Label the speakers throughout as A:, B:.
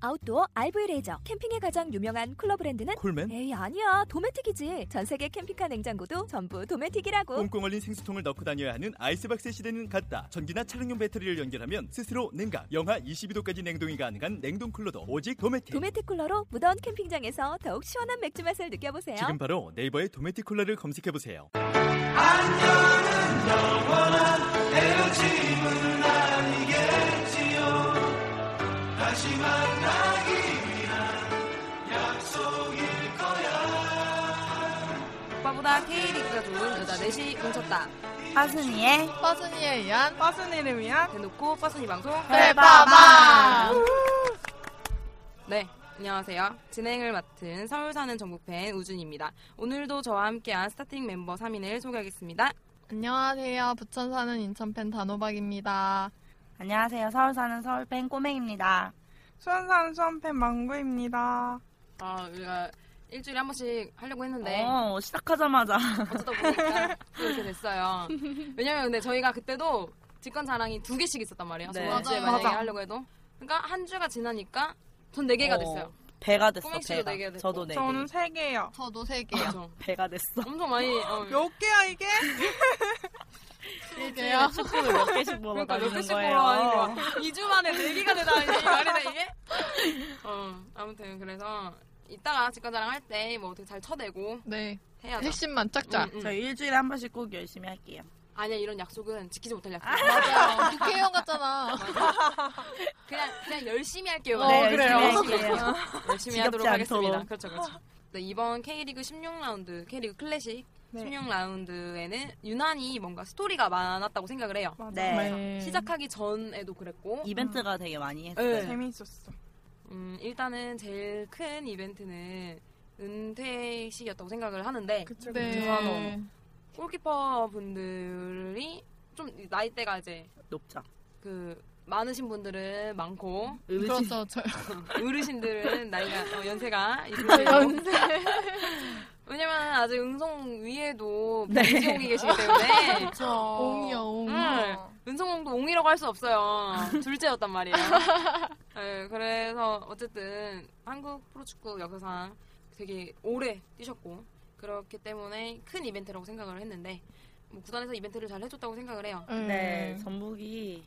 A: 아웃도어 RV 레저 캠핑에 가장 유명한 쿨러 브랜드는
B: 콜맨?
A: 에이 아니야 도메틱이지 전 세계 캠핑카 냉장고도 전부 도메틱이라고
B: 꽁꽁 얼린 생수통을 넣고 다녀야 하는 아이스박스 시대는 갔다. 전기나 차량용 배터리를 연결하면 스스로 냉각, 영하 22도까지 냉동이 가능한 냉동 쿨러도 오직 도메틱.
A: 도메틱 쿨러로 무더운 캠핑장에서 더욱 시원한 맥주 맛을 느껴보세요.
B: 지금 바로 네이버에 도메틱 쿨러를 검색해 보세요.
C: 오빠보다 K리그가 좋은 여자 넷이 뭉쳤다.
D: 하순이의
E: 빠순이에 의한
D: 빠순이를 네. 위한
C: 대놓고 빠순이 방송
D: 페바방
C: 네, 안녕하세요. 진행을 맡은 서울 사는 전북팬 우준입니다. 오늘도 저와 함께한 스타팅 멤버 3인을 소개하겠습니다.
E: 안녕하세요. 부천 사는 인천팬 단호박입니다.
D: 안녕하세요 서울 사는 서울팬 꼬맹입니다
F: 수원산 수원팬 망구입니다.
C: 어, 우리가 일주일에 한 번씩 하려고 했는데
D: 어 시작하자마자
C: 어쩌다 보니까 또 이렇게 됐어요. 왜냐면 근데 저희가 그때도 직관 자랑이 두 개씩 있었단 말이에요.
D: 네.
C: 저번 주에
E: 맞아요.
C: 만약에
E: 맞아.
C: 하려고 해도 그러니까 한 주가 지나니까 전 네 개가
D: 어,
C: 됐어요.
D: 배가 됐어
C: 꼬맹 씨도
D: 배가
C: 네 개가 됐고.
D: 저도 네
F: 저는
D: 개
F: 세 개요.
E: 저도 세 개요.
D: 아,
C: 그렇죠.
D: 배가 됐어
C: 엄청 많이 어,
F: 몇 개야 이게?
E: 세 개요.
D: 축구를 몇 개씩 먹어
C: 아. 그러니까
D: 가는
C: 몇 개씩
D: 거예요 음.
C: 먹어가는 거야. 2주 만에 4개가 되다니 말이나 이게? 어, 아무튼 그래서 이따가 직관자랑 할 때 뭐 어떻게 잘 쳐대고
E: 네.
C: 해야죠.
E: 핵심만 짝짝.
C: 응, 응.
D: 저희 일주일에 한 번씩 꼭 열심히 할게요
C: 아니야 이런 약속은 지키지 못할 약속.
E: 맞아. 국회의원 같잖아.
C: 그냥 그냥 열심히 할게요.
E: 어, 네,
D: 그래요.
C: 열심히,
D: 열심히
C: 할게요. 열심히 하도록
D: 지겹지 않도록.
C: 하겠습니다. 그렇죠, 그렇죠. 네, 이번 K리그 16라운드, K리그 클래식
F: 네.
C: 16라운드에는 유난히 뭔가 스토리가 많았다고 생각을 해요.
F: 맞아.
D: 네.
C: 음. 시작하기 전에도 그랬고
D: 이벤트가 되게 많이
C: 네.
D: 했어요
F: 재밌었어.
C: 음, 일단은 제일 큰 이벤트는 은퇴식이었다고 생각을 하는데
F: 그쵸.
E: 네.
C: 골키퍼 분들이 좀 나이대가 이제
D: 높죠
C: 그 많으신 분들은 많고
D: 어르신
E: 그렇죠. 저
C: 어르신들은 나이가 어, 연세가 있으시고
E: 연세.
C: 왜냐면 아직 응성 위에도
D: 네.
C: 배지홍이 계시기 때문에
E: 저
D: 그렇죠.
E: 옹이요, 옹.
D: 네.
E: 어.
C: 응. 은성홍도 옹이라고 할 수 없어요. 둘째였단 말이에요. 네, 그래서 어쨌든 한국 프로축구 역사상 되게 오래 뛰셨고 그렇기 때문에 큰 이벤트라고 생각을 했는데 뭐 구단에서 이벤트를 잘 해줬다고 생각을 해요.
D: 네 전북이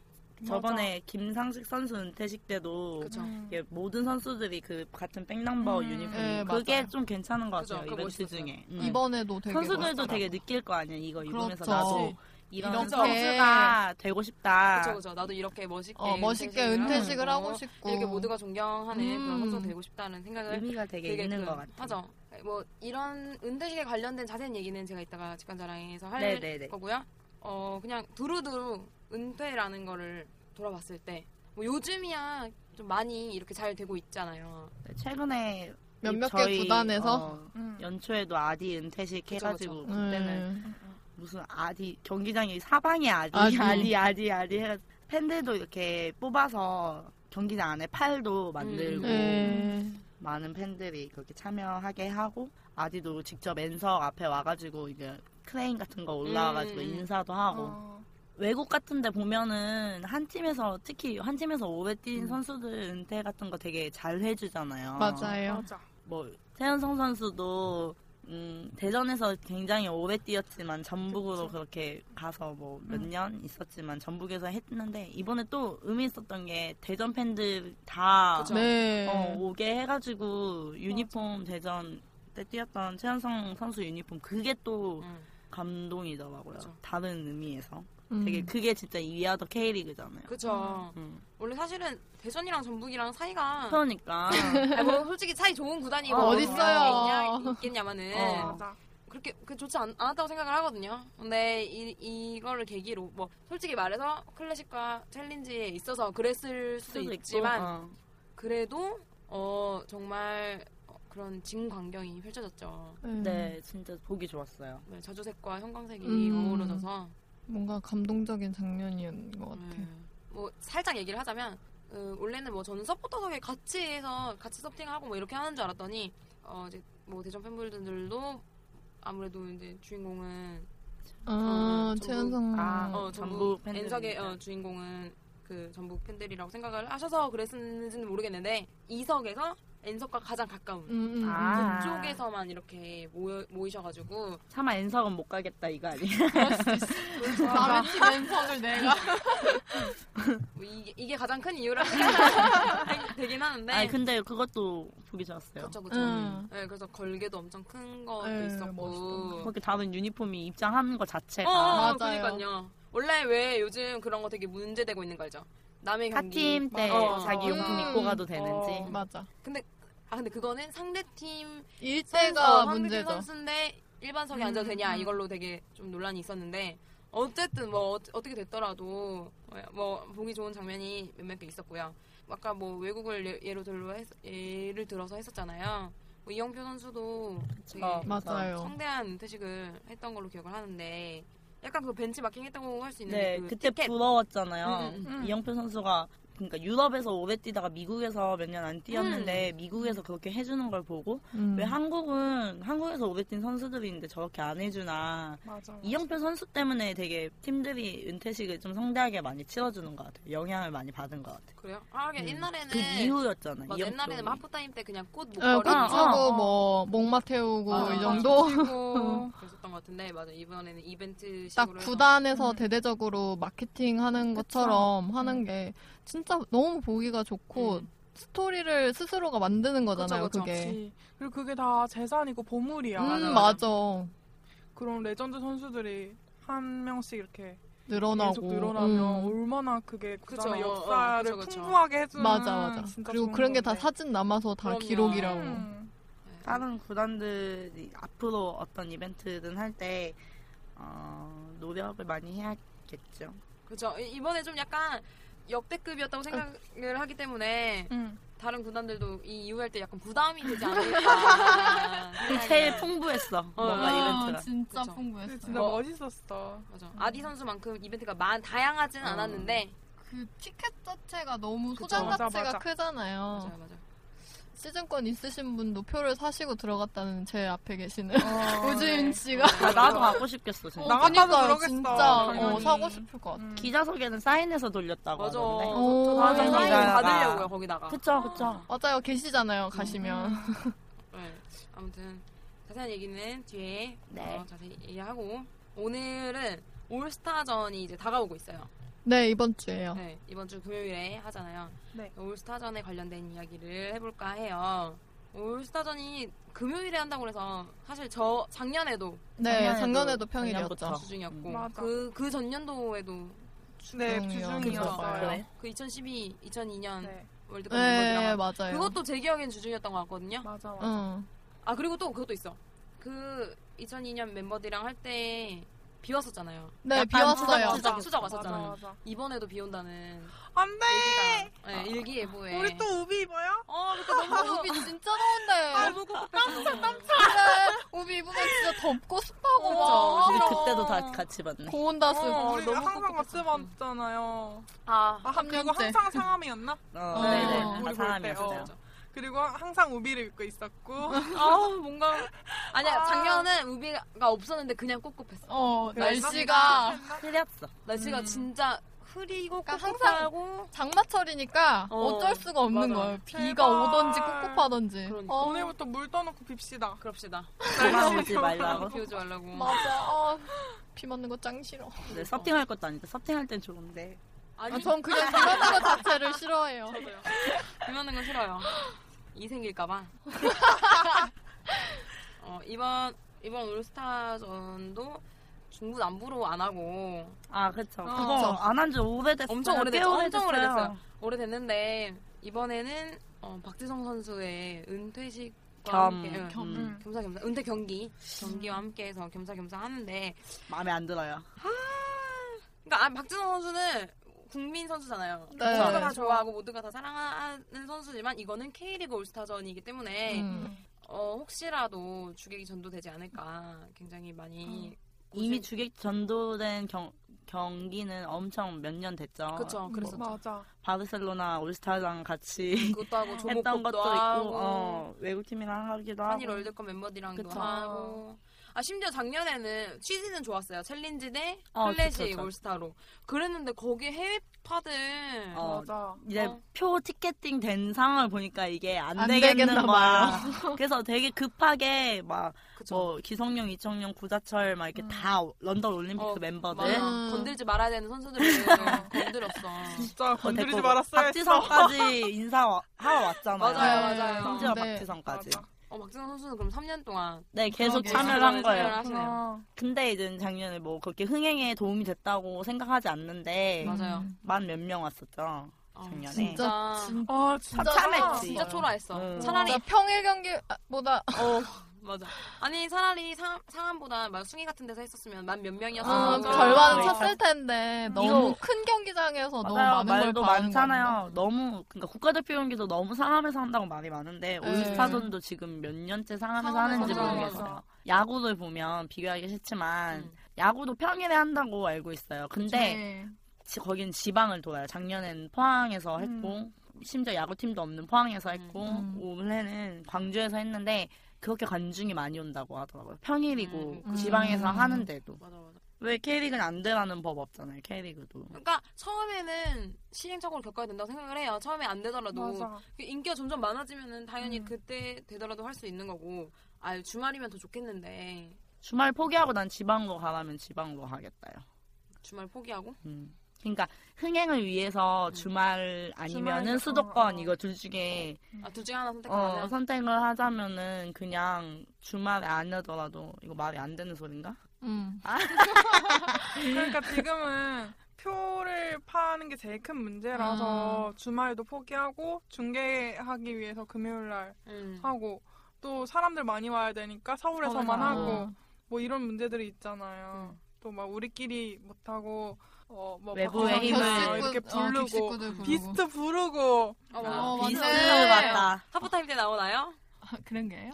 D: 저번에 김상식 선수 은퇴식 때도
C: 그쵸.
D: 이게 모든 선수들이 그 같은 백넘버
F: 음.
D: 유니폼
E: 네,
D: 그게
E: 맞아요.
D: 좀 괜찮은 것
C: 그죠,
D: 같아요
C: 그거
D: 이벤트
C: 멋있었어요.
D: 중에 음.
E: 이번에도 되게
D: 선수들도
E: 멋있더라고요.
D: 되게 느낄 거 아니야 이거 입으면서
E: 그렇죠.
D: 나도 이런
E: 이렇게.
D: 선수가 되고 싶다
C: 그쵸 그쵸. 나도 이렇게 멋있게
E: 아.
D: 네,
E: 어, 멋있게
C: 은퇴식을
E: 은퇴식을
D: 어,
E: 하고
C: 하면서
E: 싶고.
C: 이렇게 모두가 존경하는 그런
E: 음.
C: 선수가 되고 싶다는 생각을
D: 의미가 되게,
C: 되게
D: 있는
C: 그-
D: 것 같아요
C: 하죠. 뭐 이런 은퇴식에 관련된 자세한 얘기는 제가 이따가 직관자랑에서 할
D: 네네네.
C: 거고요. 어 그냥 두루두루 은퇴라는 거를 돌아봤을 때 뭐 요즘이야 좀 많이 이렇게 잘 되고 있잖아요.
D: 네, 최근에
E: 몇몇
D: 저희,
E: 개 구단에서.
C: 음.
D: 어,
F: 음.
D: 연초에도 아디 은퇴식 해가지고
C: 그쵸.
D: 그때는
E: 음.
D: 무슨 아디 경기장이 사방에 아디
E: 아디.
D: 아디 아디 아디, 해가 팬들도 이렇게 뽑아서 경기장 안에 팔도 만들고
C: 음.
E: 네.
D: 많은 팬들이 그렇게 참여하게 하고 아디도 직접 엔석 앞에 와가지고 이제 크레인 같은 거 올라와가지고
C: 음.
D: 인사도 하고
E: 어,
D: 외국 같은 데 보면은 한 팀에서 특히 한 팀에서 오래 뛴 선수들 은퇴 같은 거 되게 잘 어, 해주잖아요.
E: 맞아요.
F: 맞아.
D: 뭐 태현성 선수도 음, 대전에서 굉장히 오래 뛰었지만 전북으로 그렇게 가서 뭐 몇 년 있었지만 전북에서 했는데 이번에 또 의미 있었던 게 대전 팬들 다
C: 그쵸.
E: 네.
D: 어, 오게 해가지고 유니폼 대전 때 뛰었던 최현성 선수 유니폼 그게 또
C: 음.
D: 감동이더라고요.
C: 그쵸.
D: 다른 의미에서
E: 음.
D: 되게 그게 진짜 위아더 K리그잖아요.
C: 그렇죠.
D: 음.
C: 원래 사실은 대전이랑 전북이랑 사이가
D: 그러니까
C: 아니, 뭐 솔직히 사이 좋은 구단이
E: 어,
C: 뭐
E: 어딨어요.
C: 있냐 있겠냐마는
D: 어.
F: 맞아.
C: 그렇게 그 좋지 않, 았다고 생각을 하거든요. 근데 이, 이거를 계기로 뭐 솔직히 말해서 클래식과 챌린지에 있어서 그랬을 수도
D: 수도 있고,
C: 있지만
D: 어.
C: 그래도 어 정말 그런 진 광경이 펼쳐졌죠.
D: 네, 진짜 보기 좋았어요.
C: 네, 저주색과 형광색이
E: 음.
C: 어우러져서
E: 뭔가 감동적인 장면이었는 것 같아요.
C: 네. 뭐 살짝 얘기를 하자면 어, 원래는 뭐 저는 서포터석에 같이 해서 같이 서팅하고 뭐 이렇게 하는 줄 알았더니 어, 이제 뭐 대전 팬분들도 아무래도 이제 주인공은
E: 아,
C: 저는
E: 최현성.
D: 아,
C: 어,
D: 전북
C: 전북
D: 팬들이니까.
C: 엔석의 어, 주인공은 그 전북 팬들이라고 생각을 하셔서 그랬는지는 모르겠는데 이석에서 엔석과 가장 가까운 그
E: 음, 음.
D: 아.
C: 그쪽에서만 이렇게 모여, 모이셔가지고
D: 차마 엔석은 못 가겠다 이거 아니에요?
E: 남의 팀 랜선을 내가.
C: 뭐 이게, 이게 가장 큰 이유라고 생각이 되긴 하는데
D: 아니 그- 근데 네. 그것도 보기 좋았어요.
C: 그렇죠 그렇죠
E: 음.
C: 네, 그래서 걸개도 엄청 큰 것도
E: 네,
C: 있었고
E: 멋있던데.
D: 그렇게 다른 유니폼이 입장하는 것 자체가
C: 어, 어,
E: 맞아요.
C: 그러니까요 원래 왜 요즘 그런 거 되게 문제되고 있는 거 알죠 남의 경기
D: 타팀 때
C: 어,
D: 자기
E: 음.
D: 용품 입고 가도 되는지
E: 어, 맞아.
C: 아 근데 그거는 상대팀
E: 일대가
C: 선수,
E: 문제죠.
C: 한국인 선수인데 일반석에
D: 음,
C: 앉아도 되냐 이걸로 되게 좀 논란이 있었는데 어쨌든 뭐 어, 떻게 됐더라도 뭐, 뭐 보기 좋은 장면이 몇몇 개 있었고요. 아까 뭐 외국을 예- 예로 들어 했- 예를 들어서 했었잖아요. 뭐 이영표 선수도 되게
D: 어.
E: 맞아요.
C: 성대한 은퇴식을 했던 걸로 기억을 하는데 약간 그 벤치마킹 했다고 할 수 있는
D: 네,
C: 그
D: 그때
C: 티켓.
D: 부러웠잖아요.
C: 음,
F: 음.
D: 이영표 선수가 그러니까 유럽에서 오래 뛰다가 미국에서 몇 년 안 뛰었는데 미국에서 그렇게 해주는 걸 보고
E: 음.
D: 왜 네, 한국은 한국에서 오래 뛴 선수들이 있는데 저렇게 안 해주나
F: 맞아.
D: 이영표 선수 때문에 되게 팀들이 은퇴식을 좀 성대하게 많이 치러주는 것 같아요. 영향을 많이 받은 것 같아요.
C: 그래요? 아 하긴
D: 음.
C: 옛날에는
D: 그 이후였잖아요.
C: 맞아,
D: 이영표.
C: 옛날에는 막 하프타임 때 그냥 꽃
E: 네,
C: 목걸이
E: 꽃
D: 아,
E: 주고
D: 아,
E: 뭐 목마 태우고
D: 어,
C: 아,
E: 이 정도
F: 그리고
C: 그랬었던 것 같은데 맞아 이번에는 이벤트
E: 딱
C: 식으로 예.
E: 구단에서
F: 음.
E: 대대적으로 마케팅하는 것처럼 하는 게 진짜 너무 보기가 좋고 스토리를 스스로가 만드는 거잖아요.
C: 그쵸, 그쵸.
E: 그게
F: 그치. 네. 그리고 그게 다 재산이고 보물이야.
E: 음 맞아
F: 그런 레전드 선수들이 한 명씩 이렇게
E: 늘어나고
F: 계속 늘어나면
E: 음.
F: 얼마나 그게 구단의
C: 그쵸.
F: 역사를
C: 어, 그쵸, 그쵸.
F: 풍부하게 해주는
E: 맞아 맞아.
F: 진짜
E: 그리고
F: 좋은
E: 그런 게 다
F: 건데.
E: 사진 남아서 다
C: 그럼요.
E: 기록이라고.
F: 음.
C: 네.
D: 다른 구단들이 앞으로 어떤 이벤트든 할 때 어, 노력을 많이 해야겠죠.
C: 그렇죠. 이- 이번에 좀 약간 역대급이었다고 생각을 하기 때문에
F: 음.
C: 다른 구단들도 이 이후할 때 약간 부담이 되지 않을까. 네.
D: 제일 풍부했어. 뭔가 이벤트가.
E: 아, 진짜
C: 그쵸.
F: 근데
E: 풍부했어요.
F: 진짜
C: 어.
F: 멋있었어.
C: 맞아. 아디 선수만큼 이벤트가 많 다양하지는
D: 어.
C: 않았는데
E: 그 티켓 자체가 너무
C: 그쵸.
E: 소장
F: 맞아,
E: 자체가
F: 맞아.
E: 크잖아요.
D: 어.
C: 맞아요, 맞아요.
E: 시즌권 있으신 분도 표를 사시고 들어갔다는 제 앞에 계시는
F: 어,
E: 오주임
F: 네.
E: 씨가
D: 아, 나도 갖고 싶겠어. 진짜.
F: 어. 나갔다도
E: 그러니까요,
F: 그러겠어,
E: 진짜 어,
F: 당연히.
E: 사고 싶을 것 같아.
F: 음.
D: 기자석에는 사인해서 돌렸다고
C: 맞아. 어.
D: 하던데.
E: 오,
C: 저 다음 사인
D: 네, 맞아요.
C: 받으려고요 거기다가.
D: 그쵸,
C: 어.
D: 그쵸.
E: 맞아요, 계시잖아요 가시면.
C: 네. 아무튼 자세한 얘기는 뒤에
D: 네.
C: 어, 자세히 얘기하고 오늘은 올스타전이 이제 다가오고 있어요.
E: 네 이번 주에요.
C: 네, 이번 주 금요일에 하잖아요.
F: 어? 네.
C: 올스타전에 관련된 이야기를 해볼까 해요. 올스타전이 금요일에 한다고 해서 사실 저 작년에도
E: 네,
D: 작년에도-
E: 작년에도
D: 작년부터.
E: 평일이었죠.
C: 주중이었고
D: 음.
F: 맞아.
C: 그, 그 전년도에도
F: 네,
E: 주중이요.
F: 주중이었어요.
D: 그래?
C: 그 2012, 2002년
F: 네,
C: 월드컵
E: 네,
C: 멤버들이랑
E: 맞아요.
C: 그것도 제 기억엔 주중이었던 것 같거든요.
F: 맞아, 맞아.
E: 응.
C: 아 그리고 또 그것도 있어. 그 2002년 멤버들이랑 할 때 비왔었잖아요.
E: 네,
D: 약간
E: 비왔어요.
C: 추적,
D: 맞아.
C: 추적
F: 맞아,
C: 왔었잖아요.
F: 맞아.
C: 이번에도 비 온다는
F: 안 돼!
C: 얘기가
E: 아.
C: 네, 일기예보에
F: 우리 또 우비 입어요?
C: 어 그때 너무
E: 우비 진짜 더운데.
C: 너무 깜짝 깜짝
E: 그래, 우비 입으면 진짜 덥고 습하고 막.
D: 우리
C: 맞아.
D: 그때도 다 같이 봤네.
E: 고온다습.
F: 어, 우리
C: 너무
F: 항상 같이
C: 꿉꿉했어.
F: 봤잖아요.
C: 아
F: 아, 그리고
E: 삼년째.
F: 항상 상암이었나?
D: 어,
E: 네,
D: 네네.
E: 우리
D: 다
F: 볼
D: 사람이었어요.
F: 때, 그리고 항상 우비를 입고 있었고.
C: 아우 뭔가 아니야
F: 아.
C: 작년은 우비가 없었는데 그냥 꿉꿉했어
E: 어,
F: 그랬나?
E: 날씨가
F: 그랬나?
D: 틀렸어.
C: 날씨가
F: 음.
C: 진짜 흐리고
E: 그러니까
C: 꿉꿉하고
E: 장마철이니까
C: 어,
E: 어, 쩔 수가 없는
C: 맞아.
E: 거예요. 비가
F: 제발.
E: 오던지 꿉꿉하던지.
C: 그러니까.
E: 어,
F: 오늘부터 물 떠놓고 빕시다.
C: 그럽시다
D: 돌아오지 말라고.
C: 비우지 말라고
E: 맞아. 어, 비 맞는 거 짱 싫어.
D: 네, 서팅할 것도 아닌데 서팅할 땐 좋은데.
C: 아니
E: 아, 전 그냥 비 맞는 거 자체를 싫어해요.
C: 저도요 비 맞는 건 싫어요 이 생길까봐 어, 이번 이번 올스타전도 중부 남부로 안 하고
D: 아, 그쵸.
E: 그쵸.
D: 그거 안 한 지 오래됐어요.
C: 어. 엄청
D: 꽤
C: 오래됐죠. 엄청
D: 오래됐어요.
C: 오래됐어요. 오래됐는데 이번에는 어, 박지성 선수의 은퇴식
D: 겸,
C: 겸
D: 겸.
F: 음.
C: 겸사겸사 은퇴 경기
E: 음.
C: 경기와 함께해서 겸사겸사 하는데
D: 마음에 안 들어요.
C: 그러니까 아, 박진호 선수는 국민 선수잖아요.
E: 네.
C: 모두가 다 좋아하고 모두가 다 사랑하는 선수지만 이거는 K리그 올스타전이기 때문에
E: 음.
C: 어, 혹시라도 주객이 전도되지 않을까 굉장히 많이
D: 음. 이미 주객 전도된 경, 경기는 엄청 몇 년 됐죠.
C: 그쵸 그래서
F: 맞아.
D: 바르셀로나 올스타랑 같이
C: 그것도 하고
D: 했던
C: 조목법도
D: 것도
C: 하고
D: 있고 어, 외국팀이랑 하기도 하고
C: 한일 월드컵 멤버들이랑도
D: 그쵸.
C: 하고 아 심지어 작년에는 취지는 좋았어요 챌린지 대
D: 어,
C: 클래식
D: 좋죠, 좋죠.
C: 올스타로 그랬는데 거기에 해외파들
D: 어,
F: 맞아.
D: 이제
C: 어.
D: 표 티켓팅 된 상황을 보니까 이게 안,
E: 안
D: 되겠는
E: 되겠나
D: 거야. 그래서 되게 급하게 막
C: 그쵸
D: 뭐 기성용, 이청용, 구자철 막 이렇게
F: 음.
D: 다 런던 올림픽스 그
C: 어,
D: 멤버들
C: 맞아.
E: 음.
C: 건들지 말아야 되는 선수들을 건드렸어
F: 진짜
D: 그거
F: 건드리지
D: 데리고
F: 말았어야 했어.
D: 박지성까지 인사 와- 하러 왔잖아요.
C: 맞아요
E: 네.
C: 맞아요
D: 심지어
E: 네.
D: 박지성까지.
F: 맞아.
C: 어, 막지성 선수는 그럼 3년 동안
D: 네, 계속
E: 그러게요.
D: 참여를 한 거예요.
C: 참여를 하시네요.
F: 아,
D: 근데 이제 작년에 뭐 그렇게 흥행에 도움이 됐다고 생각하지 않는데
C: 맞아요
D: 만 몇 명 왔었죠.
C: 어,
D: 네. 작년에.
C: 진짜
E: 진짜
F: 아, 진짜.
D: 참했지.
C: 진짜 초라했어
D: 음.
C: 차라리
E: 진짜 평일 경기보다
C: 어 맞아 아니 차라리 상, 상암보다 막 숭이 같은 데서 했었으면 만 몇 명이었어
E: 아,
F: 맞아.
E: 절반은
D: 맞아.
E: 찼을 텐데 너무 큰
D: 맞아요.
E: 경기장에서 너무 많은
D: 말도
E: 걸 봐는
D: 많잖아요. 너무 그러니까 국가대표 경기도 너무 상암에서 한다고 말이 많은데
E: 네.
D: 올스타전도 지금 몇 년째 상암에서
C: 상암에서
D: 하는지
C: 하죠.
D: 모르겠어요. 야구를 보면 비교하기 싫지만
C: 음. 네.
D: 야구도 평일에 한다고 알고 있어요. 근데 지- 거긴 지방을 돌아요. 작년엔
C: 음.
D: 포항에서 했고 심지어 야구팀도 없는 포항에서 했고
E: 음.
D: 올해는 광주에서 했는데 그렇게 관중이 많이 온다고 하더라고요. 평일이고
C: 음.
D: 지방에서
E: 음.
D: 하는데도
C: 맞아 맞아
D: 왜 K리그는 안 되라는 법 없잖아요. K리그도
C: 그러니까 처음에는 시행착오를 겪어야 된다고 생각을 해요 처음에 안 되더라도
F: 맞아.
C: 그 인기가 점점 많아지면은 당연히
F: 음.
C: 그때 되더라도 할 수 있는 거고 아 주말이면 더 좋겠는데
D: 주말 포기하고 난 지방으로 가라면 지방으로 가겠다요.
C: 주말 포기하고
D: 음. 그러니까 흥행을 위해서
C: 음.
D: 주말 아니면은
F: 주말,
D: 수도권
F: 어, 어.
D: 이거 둘 중에
C: 아 둘 중에 하나
D: 어,
C: 선택하면
D: 선택을 하자면은 그냥 주말에 안 하더라도 이거 말이 안 되는 소린가?
E: 음.
F: 그러니까 지금은 표를 파는 게 제일 큰
D: 아.
F: 문제라서 주말도 포기하고 중계하기 위해서 금요일 날
C: 음.
F: 하고 또 사람들 많이 와야 되니까 서울에서만
D: 서울에서.
E: 어.
F: 하고 뭐 이런 문제들이 있잖아요.
C: 음.
F: 또 막 우리끼리 못 하고 어뭐
D: 외부의 힘을
F: 그
E: 네. 어,
F: 이렇게 부르고
E: 비슷
F: 비스트 부르고
C: 어,
E: 어,
C: 맞아.
D: 비스
E: 맞네.
D: 맞다.
C: 하프타임 때 나오나요?
E: 아, 그런 게요?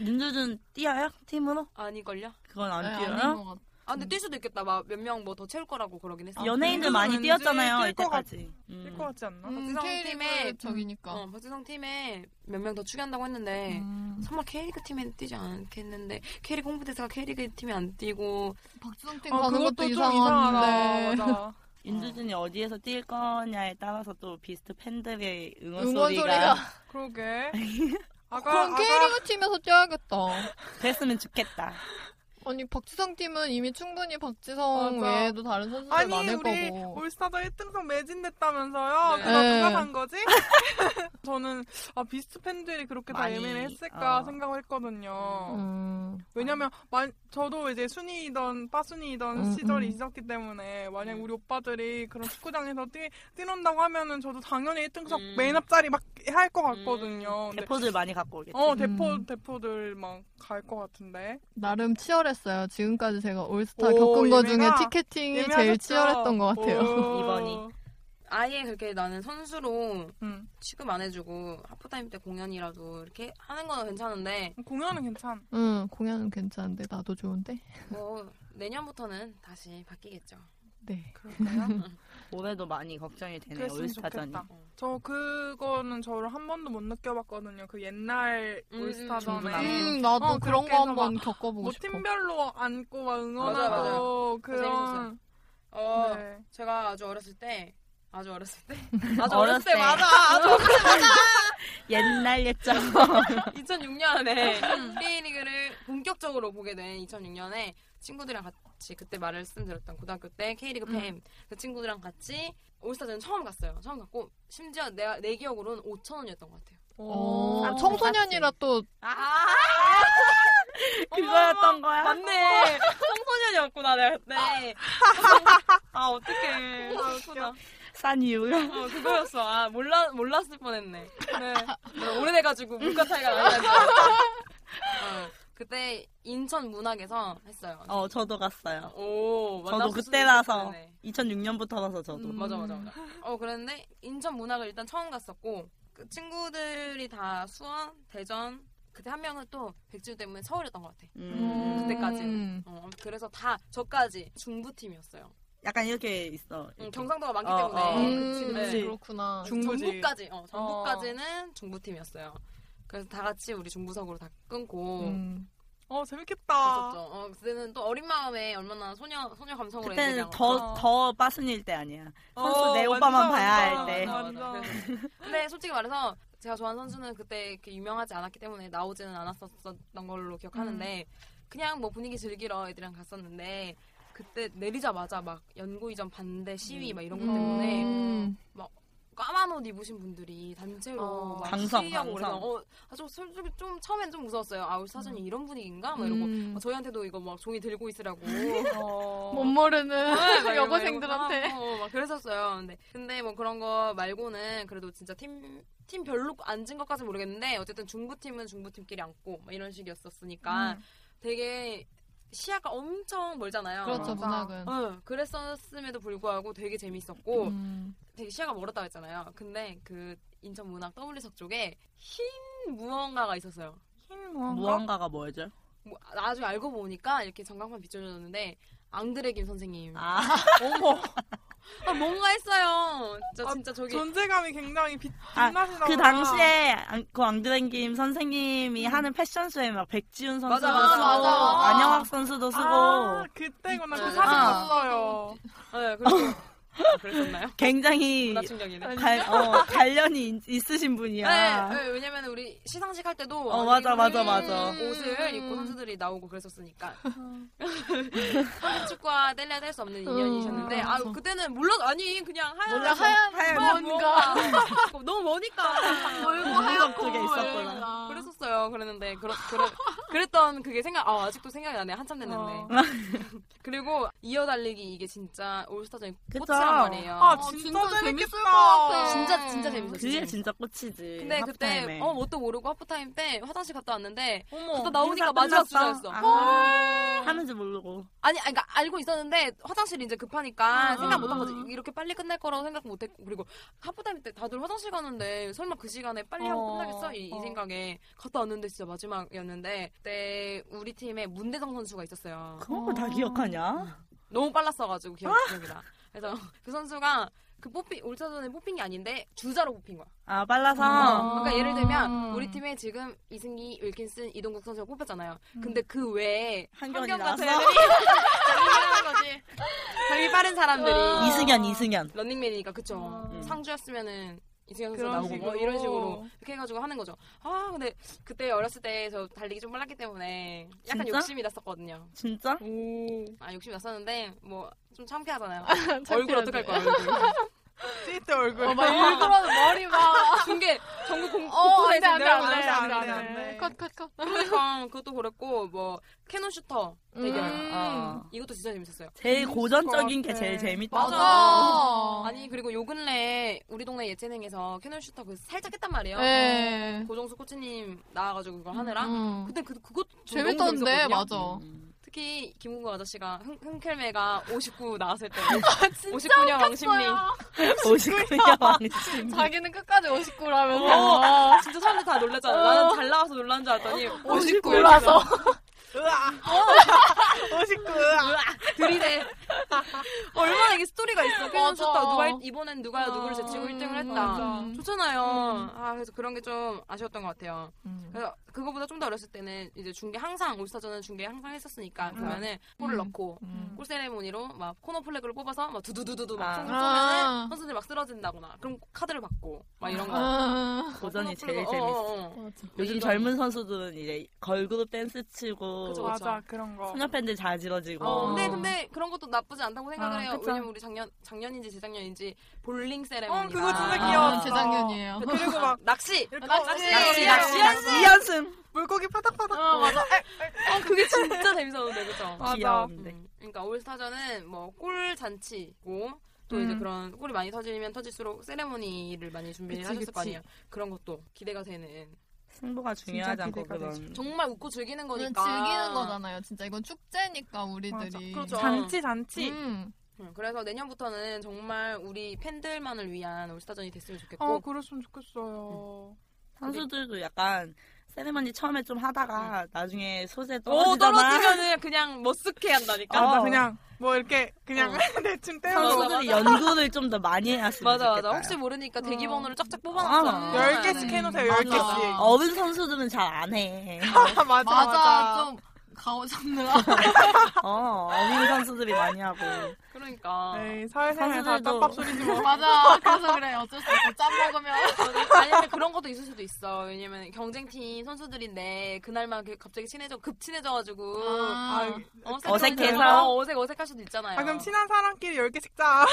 D: 눈두준 뛰어요? 팀으로?
C: 아니걸요?
D: 그건 안
E: 네, 아닌
D: 뛰어요?
E: 것 같아.
C: 아 근데 뛸 수도 있겠다 막 몇 명 뭐 더 채울 거라고 그러긴 했어 음.
D: 연예인들
F: 아,
D: 많이
F: 왠지
D: 뛰었잖아요
F: 뛸것
D: 이때까지. 음.
F: 뛸것 같지 않나?
E: 음,
C: 박지성
E: K리그
C: 팀의-
E: 적이니까.
C: 어, 박지성 팀에 몇 명 더 추가한다고 했는데
E: 뭐. 음.
C: 설마 K리그 팀에는 뛰지 않겠는데 K리그 홍보대사가 K리그 팀에 안 뛰고
E: 박지성 팀
F: 어,
E: 가는 것도
F: 이상하다.
E: 이상한데.
F: 맞아.
D: 윤두준이 어디에서 뛸 거냐에 따라서 또 비스트 팬들의 응원,
E: 응원
D: 소리가
E: 소리가.
F: 그러게. 아가
E: 그럼
F: 아가
E: K리그 팀에서 뛰어야겠다.
D: 됐으면 좋겠다.
E: 아니 박지성 팀은 이미 충분히 박지성
F: 맞아.
E: 외에도 다른 선수들
F: 아니
E: 많을
F: 우리
E: 거고.
F: 올스타도 1등석 매진됐다면서요?
C: 네.
F: 그거 누가
E: 네.
F: 산 거지? 저는 아 비스트 팬들이 그렇게 다
D: 많이,
F: 예매를 했을까
D: 어.
F: 생각을 했거든요.
E: 음.
F: 왜냐면 만, 저도 이제 순위이던 빠순위이던
E: 음,
F: 시절이
E: 음.
F: 있었기 때문에 만약
C: 음.
F: 우리 오빠들이 그런 축구장에서 뛰, 뛰는다고 하면은 저도 당연히 1등석
C: 음.
F: 맨 앞자리 막 할 것 같거든요. 근데
D: 대포들 많이 갖고 오겠지.
F: 어
E: 음.
F: 대포 대포들 막 갈 것 같은데.
E: 나름 치열했어요. 지금까지 제가 올스타
F: 오,
E: 겪은 거 중에
F: 예매가-
E: 티켓팅이
F: 예매하셨죠? 어.
E: 제일 치열했던 것 같아요.
F: 오.
D: 이번이.
C: 아예 그렇게 나는 선수로
F: 음.
C: 취급 안 해주고 하프타임 때 공연이라도 이렇게 하는 건 괜찮은데
F: 공연은 괜찮.
E: 응, 음, 공연은 괜찮은데 나도 좋은데.
C: 뭐 내년부터는 다시 바뀌겠죠.
E: 네.
C: 음.
F: 그럴까요?
D: 올해도 많이 걱정이 되네
F: 그랬으면
D: 올스타전이.
F: 좋겠다.
C: 어.
F: 저 그거는 저를 한 번도 못 느껴봤거든요. 그 옛날
C: 음,
F: 올스타전에
D: 음,
E: 음, 나도
F: 어,
E: 그런
F: 그렇게
E: 거
F: 해서
E: 한번 겪어보고
F: 뭐
E: 싶어.
F: 팀별로 안고 막
C: 맞아, 맞아.
F: 응원하고
C: 재밌었어요.
F: 그런.
C: 어,
F: 네.
C: 제가 아주 어렸을 때, 아주 어렸을 때, 아주
D: 어렸을
C: 어렸을 때
D: 때.
C: 맞아, 아주 어렸을
D: 옛날 옛적.
C: 때 2006년에 K리그를 본격적으로 보게 된 2006년에 친구들이랑 같이 그때 말씀드렸던 고등학교 때 K리그 팸 그 친구들이랑 같이 올스타전 처음 갔어요. 처음 갔고 심지어 내, 내 기억으로는 5천 원이었던 것 같아요.
E: 어,
D: 아,
E: 청소년이라 또
C: 아
D: 그거였던 거야.
C: 맞네. 청소년이었구나 내가 그때. 아 어떡해. 아, 웃기다.
D: 싼 이유가.
C: 어, 그거였어. 아, 몰라, 몰랐을 뻔했네. 네. 네, 오래돼가지고 물가 차이가 많이 나죠. 어, 그때 인천 문학에서 했어요.
D: 어 저도 갔어요.
C: 오,
D: 저도
C: 만났을 수도
D: 그때라서
C: 있겠네.
D: 2006년부터라서 저도.
E: 음.
C: 맞아, 맞아, 맞아. 어, 그랬는데 인천 문학을 일단 처음 갔었고, 그 친구들이 다 수원, 대전, 그때 한 명은 또 백지우 때문에 서울이었던 것 같아.
D: 음,
C: 그때까지.
E: 음.
C: 어, 그래서 다 저까지 중부 팀이었어요.
D: 약간 이렇게 있어.
C: 음,
D: 이렇게.
C: 경상도가 많기
D: 어,
C: 때문에
F: 아,
D: 어,
E: 음,
F: 네.
C: 그치, 그치.
E: 그렇구나.
F: 중부지.
C: 전북까지. 어, 전북까지는 중부 팀이었어요. 그래서 다 같이 우리 중부석으로 다 끊고
E: 음.
F: 어 재밌겠다.
C: 갔었죠. 어, 그때는 또 어린 마음에 얼마나 소녀 소녀 감성으로
D: 그때는
C: 애들이랑
F: 어.
D: 더더 빠순일 때 아니야.
F: 어,
D: 선수 내 오빠만
F: 완전,
D: 봐야 할
F: 완전,
D: 때.
C: 맞아, 맞아.
F: 완전.
C: 그래서- 근데 솔직히 말해서 제가 좋아하는 선수는 그때 이렇게 유명하지 않았기 때문에 나오지는 않았었던 걸로 기억하는데
F: 음.
C: 그냥 뭐 분위기 즐기러 애들이랑 갔었는데 그때 내리자마자 막 연고 이전 반대 시위 막 이런 것 때문에
E: 음.
C: 까만 옷 입으신 분들이 단체로
F: 어.
C: 막
D: 강성,
C: 시위하고 그래서
D: 강성.
C: 어, 아, 저 솔직히 좀 처음엔 좀 무서웠어요. 아 우리 사전이
F: 음.
C: 이런 분위기인가? 막 이러고
E: 음.
C: 막 저희한테도 이거 막 종이 들고 있으라고 뭐
F: 어.
G: 못 모르는
C: 네, 막 이런
G: 여고생들한테
C: 거 하고 막 아, 뭐, 그랬었어요. 근데 근데 뭐 그런 거 말고는 그래도 진짜 팀 팀별로 앉은 것까지 모르겠는데 어쨌든 중부 팀은 중부 팀끼리 앉고 막 이런 식이었었으니까 되게 시야가 엄청 멀잖아요.
E: 그렇죠, 문학은.
C: 어, 뭐 그랬었음에도 불구하고 되게 재밌었고
E: 음.
C: 되게 시야가 멀었다고 했잖아요. 근데 그 인천 문학 W석 쪽에 흰 무언가가 있었어요.
F: 흰 무언가.
D: 무언가가 뭐죠?
C: 뭐, 나중에 알고 보니까 이렇게 전광판 비춰줬는데 앙드레 김 선생님
D: 아,
F: 어머.
C: 아, 뭔가 했어요. 저
F: 아,
C: 진짜 저기
F: 존재감이 굉장히 빛,
D: 아,
F: 빛나시다.
D: 그 당시에 안- 그 앙드랭김 선생님이 하는 패션쇼에 막 백지훈 선수도
C: 맞아, 맞아,
D: 쓰고
C: 맞아.
D: 안영학 선수도 쓰고
F: 아, 그때구나. 그 사진
C: 아.
F: 봤어요.
C: 네, 그리고 아, 그랬었나요?
D: 굉장히
C: 문화 충격이네.
D: 갈, 어, 관련이 있- 있으신 분이야.
C: 네, 네, 왜냐면 우리 시상식 할 때도
D: 어, 맞아, 맞아, 맞아.
C: 옷을 입고 선수들이 나오고 그랬었으니까 축구와 뗄래야 뗄 수 없는 인연이셨는데 아
E: 맞아.
C: 그때는 몰라 아니 그냥 하얀 뭐,
G: 몰라 하얀
D: 하얀
C: 아,
G: 뭔가
C: 너무 머니까 멀고
D: 하얗고 쪽에 있었구나.
C: 아. 그랬었어요. 그랬는데 그러, 그러, 그랬던 그게 생각 아 아직도 생각이 나네 한참 됐는데
F: 어.
C: 그리고 이어 달리기 이게 진짜 올스타전
D: 그쵸.
C: 꽃이란 말이에요.
F: 아,
G: 어,
F: 진짜,
G: 진짜 재밌을
F: 재밌겠다.
G: 것 같아.
C: 진짜 진짜 재밌었어요.
D: 그게 진짜 꽃이지.
C: 근데 그때
D: 에
C: 어 뭣도 모르고 하프타임 때 화장실 갔다 왔는데
F: 어머.
C: 갔다 나오니까 마지막 주자였어.
D: 아, 하는지 모르고.
C: 아니, 아니, 그러니까 알고 있었는데 화장실이 이제 급하니까
F: 아.
C: 생각 못한 거지. 이렇게 빨리 끝날 거라고 생각 못했고 그리고 하프타임 때 다들 화장실 가는데 설마 그 시간에 빨리 하고
F: 어.
C: 끝나겠어? 이, 이
F: 어.
C: 생각에 갔다 왔는데 진짜 마지막이었는데 그때 우리 팀에 문대성 선수가 있었어요.
D: 그런 걸 다 기억하냐?
C: 너무 빨랐어가지고 기억, 기억이 나. 그래서 그 선수가 그 뽑힌 올차전에 뽑힌 게 아닌데 주자로 뽑힌 거야.
D: 아,
C: 어,
D: 빨라서.
C: 그러니까 예를 들면 우리 팀에 지금 이승기, 윌킨슨, 이동국 선수가 뽑혔잖아요. 근데 그 외에
D: 한경이
C: 한경 같은
D: 나와서?
C: 애들이 달리는 거지. 달리기 빠른 사람들이
D: 이승현, 이승현.
C: 런닝맨이니까 그쵸.
D: 음.
C: 상주였으면은 이승현 선수
F: 그런
C: 나오고 뭐
F: 식으로.
C: 이런 식으로 이렇게 해가지고 하는 거죠. 아 근데 그때 어렸을 때 저 달리기 좀 빨랐기 때문에 약간
D: 진짜?
C: 욕심이 났었거든요.
D: 진짜?
F: 오. 네.
C: 아 욕심이 났었는데 뭐 좀 창피하잖아요.
G: 창피하지.
C: 얼굴 어떡할 거야 얼굴.
F: 찌릿 얼굴.
G: 어, 막 일부러 머리 막
C: 중계 전국 공-
G: 어,
C: 곳곳에서
G: 안 돼, 안 돼,
C: 내려가는
G: 안 돼,
C: 사람들.
G: 안 돼,
E: 네.
F: 안 돼.
G: 컷컷컷
C: 그러니까 그것도 그랬고 뭐 캐논 슈터 대결
E: 음.
D: 어.
C: 이것도 진짜 재밌었어요.
D: 제일 고전적인
F: 것
D: 게
F: 같아.
D: 제일 재밌다.
E: 어.
G: 맞아
C: 아니 그리고 요 근래 우리 동네 예체능에서 캐논 슈터 그 살짝 했단 말이에요. 어.
E: 네.
C: 고정수 코치님 나와가지고 그걸 하느라.
E: 음.
C: 근데 그 그것
E: 재밌던데, 맞아.
D: 음.
C: 특히 김문구 아저씨가 흥, 흥켈매가 59 나왔을 때
E: 아,
C: 59년 왕심리
D: 오십구년 왕이
G: 음. 자기는 끝까지 59라면서
C: 진짜 사람들 다 놀랐잖아. 나는 잘 나와서 놀란 줄
E: 어.
C: 알았더니
G: 59라서
F: 어, 59. 으아.
C: 들이대. 얼마나 이게 스토리가 있어. 캐논
G: 맞아.
C: 슈터 누가 일- 이번엔 누가 누구를 제치고
G: 음,
C: 1등을 했다.
G: 맞아.
C: 좋잖아요. 아 그래서 그런 게 좀 아쉬웠던 것 같아요. 그래서 그거보다 좀 더 어렸을 때는 이제 중계 항상 올스타전은 중계 항상 했었으니까 그러면은 골을 넣고 골 세레모니로 막 코너 플래그를 뽑아서 막 두두두두두 막
D: 아.
C: 쏘면은
E: 아.
C: 선수들이 막 쓰러진다거나 그럼 카드를 받고 막 이런 거.
E: 아,
C: 코너
D: 고전이 제일
C: 플래그,
D: 재밌어.
C: 어, 어, 어.
D: 요즘
C: 이런-
D: 젊은 선수들은 이제 걸그룹 댄스 치고
C: 그죠.
F: 맞아, 그런 거.
D: 소녀 팬들 자지러지고.
C: 어, 근데 근데 그런 것도 나쁘지 않다고 생각을
D: 아,
C: 해요.
D: 그쵸.
C: 왜냐면 우리 작년 작년인지 재작년인지 볼링 세레모니.
F: 어, 그거 진짜
E: 아,
F: 귀여웠어.
E: 재작년이에요.
F: 그리고 막
C: 낚시.
F: 이렇게
G: 낚시,
F: 낚시,
C: 낚시,
F: 낚시.
D: 이연승
F: 물고기 파닥파닥.
G: 어, 맞아
C: 어, 그게 진짜 재밌었는데 그죠?
F: 맞아.
D: 귀여운데.
C: 음, 그러니까 올스타전은 뭐 골 잔치고 또
F: 음.
C: 이제 그런 골이 많이 터지면 터질수록 세레모니를 많이 준비를
F: 그치,
C: 하셨을 거
F: 그치.
C: 아니에요. 그런 것도 기대가 되는.
D: 승부가 중요하지
F: 진짜
D: 않고
F: 기대가
D: 음. 그런
C: 정말 웃고 즐기는
G: 그러니까.
E: 이건
C: 거니까.
E: 즐기는 거잖아요. 진짜 이건 축제니까
F: 맞아.
E: 우리들이.
C: 그렇죠.
F: 잔치, 잔치.
E: 음.
C: 음, 그래서 내년부터는 정말 우리 팬들만을 위한 올스타전이 됐으면 좋겠고. 어,
F: 어, 그랬으면 좋겠어요.
D: 선수들도 약간 세레머니 처음에 좀 하다가 나중에 소재
C: 오
D: 떨어지잖아.
C: 떨어지면은 그냥 머쓱해 한다니까.
F: 맞아
D: 어.
F: 그냥 뭐 이렇게 그냥 대충 떼고
C: 맞아,
D: 선수들이 연구를 좀 더 많이 해왔으면
C: 맞아 맞아.
D: 좋겠다.
C: 혹시 모르니까 대기
G: 어.
C: 번호를 쫙쫙 뽑아놨어. 네.
D: 아.
F: 열
C: 음.
F: 개씩 해놓으세요 열
D: 맞아.
F: 개씩
D: 어른 선수들은 잘 안 해.
F: 맞아 맞아,
G: 맞아 좀 가오잡느라
D: 어, 어린 선수들이 많이 하고.
C: 그러니까.
D: 네.
F: 에이, 사회생활 네, 다
D: 선수들도-
F: 떡밥 소리지 뭐
G: 맞아 그래서 그래 어쩔 수 없어 짬 먹으면
C: 아니 근데 그런 것도 있을 수도 있어. 왜냐면 경쟁팀 선수들인데 그날만 그- 갑자기 친해져 급 친해져가지고
F: 아,
G: 아,
C: 어,
D: 어색해서?
C: 어, 어색 어색할 수도 있잖아요.
F: 아, 그럼 친한 사람끼리 열 개씩 짜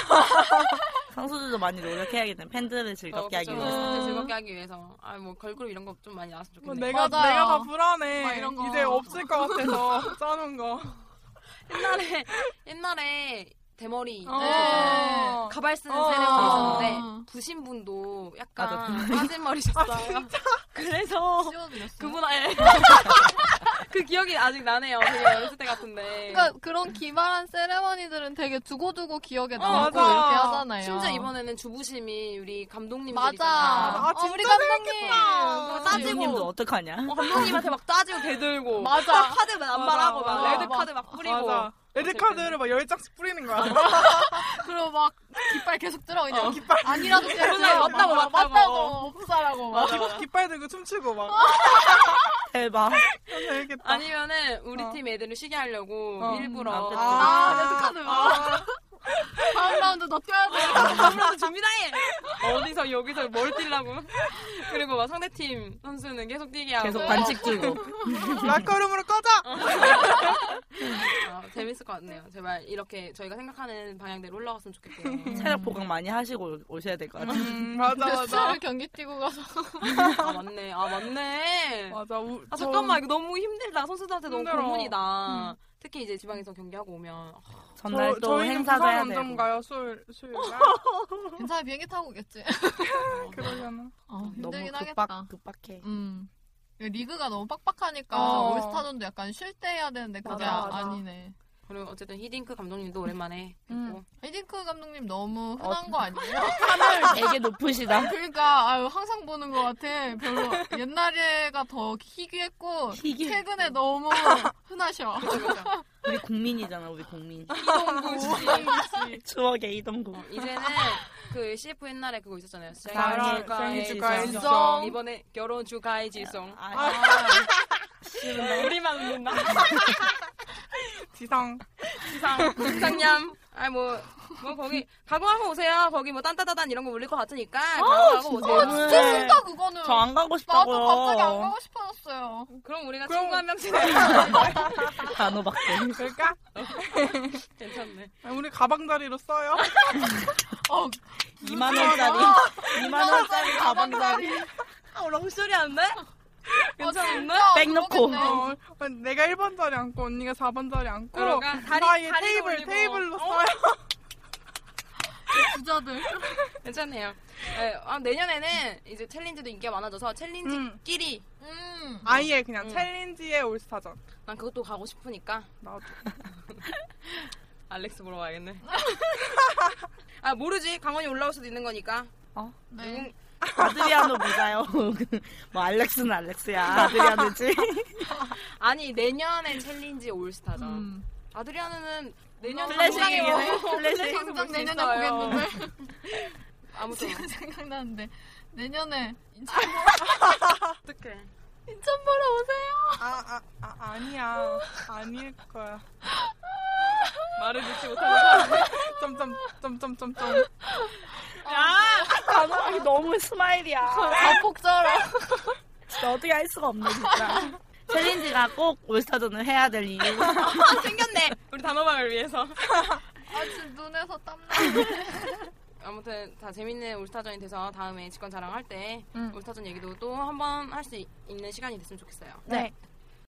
D: 선수들도 많이 노력해야겠네. 팬들을 즐겁게
C: 어,
D: 하기
C: 그쵸.
D: 위해서.
C: 팬들 즐겁게 하기 위해서. 아뭐 걸그룹 이런 거 좀 많이 나왔으면
F: 뭐
C: 좋겠네.
F: 내가
G: 맞아요.
F: 내가 더
G: 막
F: 불안해
G: 이런 거.
F: 이제 없을 것 같아서 짜놓은 거
C: 옛날에 옛날에 대머리
F: 어.
C: 있었잖아요. 가발 쓰는
F: 어.
C: 세레머니 있었는데 부신분도 약간 빠진
F: 아,
C: 머리셨어요. 그래서
G: 씌워드렸어
C: 그분 아예 그 기억이 아직 나네요. 되게 어렸을 때 같은데.
E: 그러니까 그런 기발한 세레머니들은 되게 두고두고
G: 어,
E: 기억에 남고
F: 맞아.
E: 이렇게 하잖아요.
C: 심지어 이번에는 주부심이 우리 감독님들
E: 맞아.
C: 있잖아.
F: 아,
E: 어,
F: 진짜
E: 우리 감독님.
F: 재밌겠다.
E: 그렇지.
D: 감독님도 어떡하냐?
C: 어, 감독님한테 막 따지고 대들고
G: 맞아
C: 카드 남발하고 막
F: 맞아.
C: 레드 카드 막 뿌리고
F: 맞아 레드카드를 막 열 장씩 뿌리는 거야
G: 그리고 막 깃발 계속 들어 그냥 아니라도 되지
C: 그러네, 맞다고,
G: 막
C: 맞다고.
G: 맞다고 복사라고 막.
F: 깃발 들고 춤추고 막
D: 대박.
F: 재밌겠다
C: 아니면은 우리
F: 어.
C: 팀 애들을 쉬게 하려고
F: 어.
C: 일부러
D: 아, 그치.
F: 아,
G: 레드카드 막. 다음 라운드 너 뛰어야 돼
C: 아무래도 준비다 해 어디서 여기서 뭘 뛰려고 그리고 막 상대팀 선수는 계속 뛰게 하고
D: 계속 반칙 주고.
F: 라커룸으로 꺼져
C: 아, 재밌을 것 같네요 제발 이렇게 저희가 생각하는 방향대로 올라갔으면 좋겠고요
D: 체력 보강 많이 하시고 올- 오셔야 될 것 같아요.
F: 음, 맞아 맞아
E: 수사를 경기 뛰고 가서
C: 아 맞네 아 맞네
F: 맞아 우,
C: 아
F: 저-
C: 잠깐만 이거 너무 힘들다 선수들한테 너무
F: 힘들어.
C: 고문이다 특히 이제 지방에서 경기하고 오면
D: 전날
F: 저-
D: 또
F: 저희는
D: 행사도
F: 부산
D: 해야
F: 언젠
D: 되고.
F: 가요 수요일 수요일
E: 괜찮아 비행기 타고 오겠지.
F: 그러려나
E: 어,
D: 음, 너무
E: 힘들긴 하겠다.
D: 급박, 급박해.
E: 음. 리그가 너무 빡빡하니까
F: 어.
E: 올스타전도 약간 쉴 때 해야 되는데 그게
C: 맞아,
F: 맞아.
E: 아, 니네
C: 그리고 어쨌든 히딩크 감독님도 오랜만에 뵙고
E: 헤딩크 감독님 너무
C: 어,
E: 흔한 거 아니에요?
D: 되게 높으시다.
E: 그러니까 아유, 항상 보는 것 같아. 별로 옛날에가 더 희귀했고
D: 희귀.
E: 최근에 너무 흔하셔.
D: 우리 국민이잖아, 우리 국민.
C: 이동구 씨.
D: 추억의 이동국.
C: 어, 이제는 그 CF 옛날에 그거 있었잖아요.
D: 사랑,
F: 생일
D: 축하해,
C: 지성.
F: 지성.
C: 이번에 결혼 축하해 지성.
D: 아,
C: 우리만 웃는다.
F: 지성
C: 지상, 지상냠. 아이 뭐, 뭐 거기 각오하고 오세요. 거기 뭐 딴따다단 이런 거 울릴 것 같으니까 각오하고 오세요.
E: 아, 진짜
C: 네.
E: 싫다 그거는.
D: 저 안 가고
E: 나도
D: 싶다고요.
E: 갑자기 안 가고 싶어졌어요.
C: 그럼 우리가
F: 그럼-
C: 친구 한 명씩
D: 간호박대.
E: 아,
F: 그럴까?
C: 괜찮네.
F: 아, 우리 가방자리로 써요
D: 2만원짜리. 2만원짜리 가방자리.
C: 어, 롱쇼리 안 돼?
E: 아, 어,
C: 괜찮은데?
D: 백 넣고.
F: 어, 어, 내가 1번 자리 앉고 언니가 4번 자리 앉고
C: 그러니까 다리-
F: 사이에
C: 다리도
F: 테이블
C: 올리고.
F: 테이블로
C: 어.
F: 써요
E: 부자들.
C: 괜찮네요. 네, 아, 내년에는 이제 챌린지도 인기가 많아져서 챌린지끼리
E: 음.
F: 아예 그냥
C: 음.
F: 챌린지의 올스타전
C: 난 그것도 가고 싶으니까
F: 나도
C: 알렉스 보러 가야겠네. 아 모르지 강원이 올라올 수도 있는 거니까.
E: 네.
D: 아드리아노 모자요. 뭐, 알렉스는 알렉스야. 아드리아노지.
C: 아니 내년에 챌린지 올스타죠.
E: 음.
C: 아드리아노는 어, 내년
D: 플래시이긴 해.
C: 당장에
D: 플래시.
C: 당장 볼수
E: 당장 내년에
C: 있어요.
E: 보겠는데.
C: 아무튼
E: 지금 생각나는데 내년에
C: 어떡해.
E: 인천 보러 오세요.
F: 아, 아, 아 아니야 아닐 거야
C: 말을 듣지 못하는
F: 점점점점점점
D: 간호박이 너무 스마일이야.
E: 아, 자폭절어.
D: 진짜 어떻게 할 수가 없네, 진짜. 챌린지가 꼭 올스타전을 해야 될 이유.
C: 사람 생겼네. 우리 단호박을 위해서.
E: 아 지금 눈에서 땀나.
C: 아무튼 다 재밌는 올스타전이 돼서 음. 다음에 직권 자랑할 때 올스타전 얘기도 또 한 번 할 수 있는 시간이 됐으면 좋겠어요.
F: 네.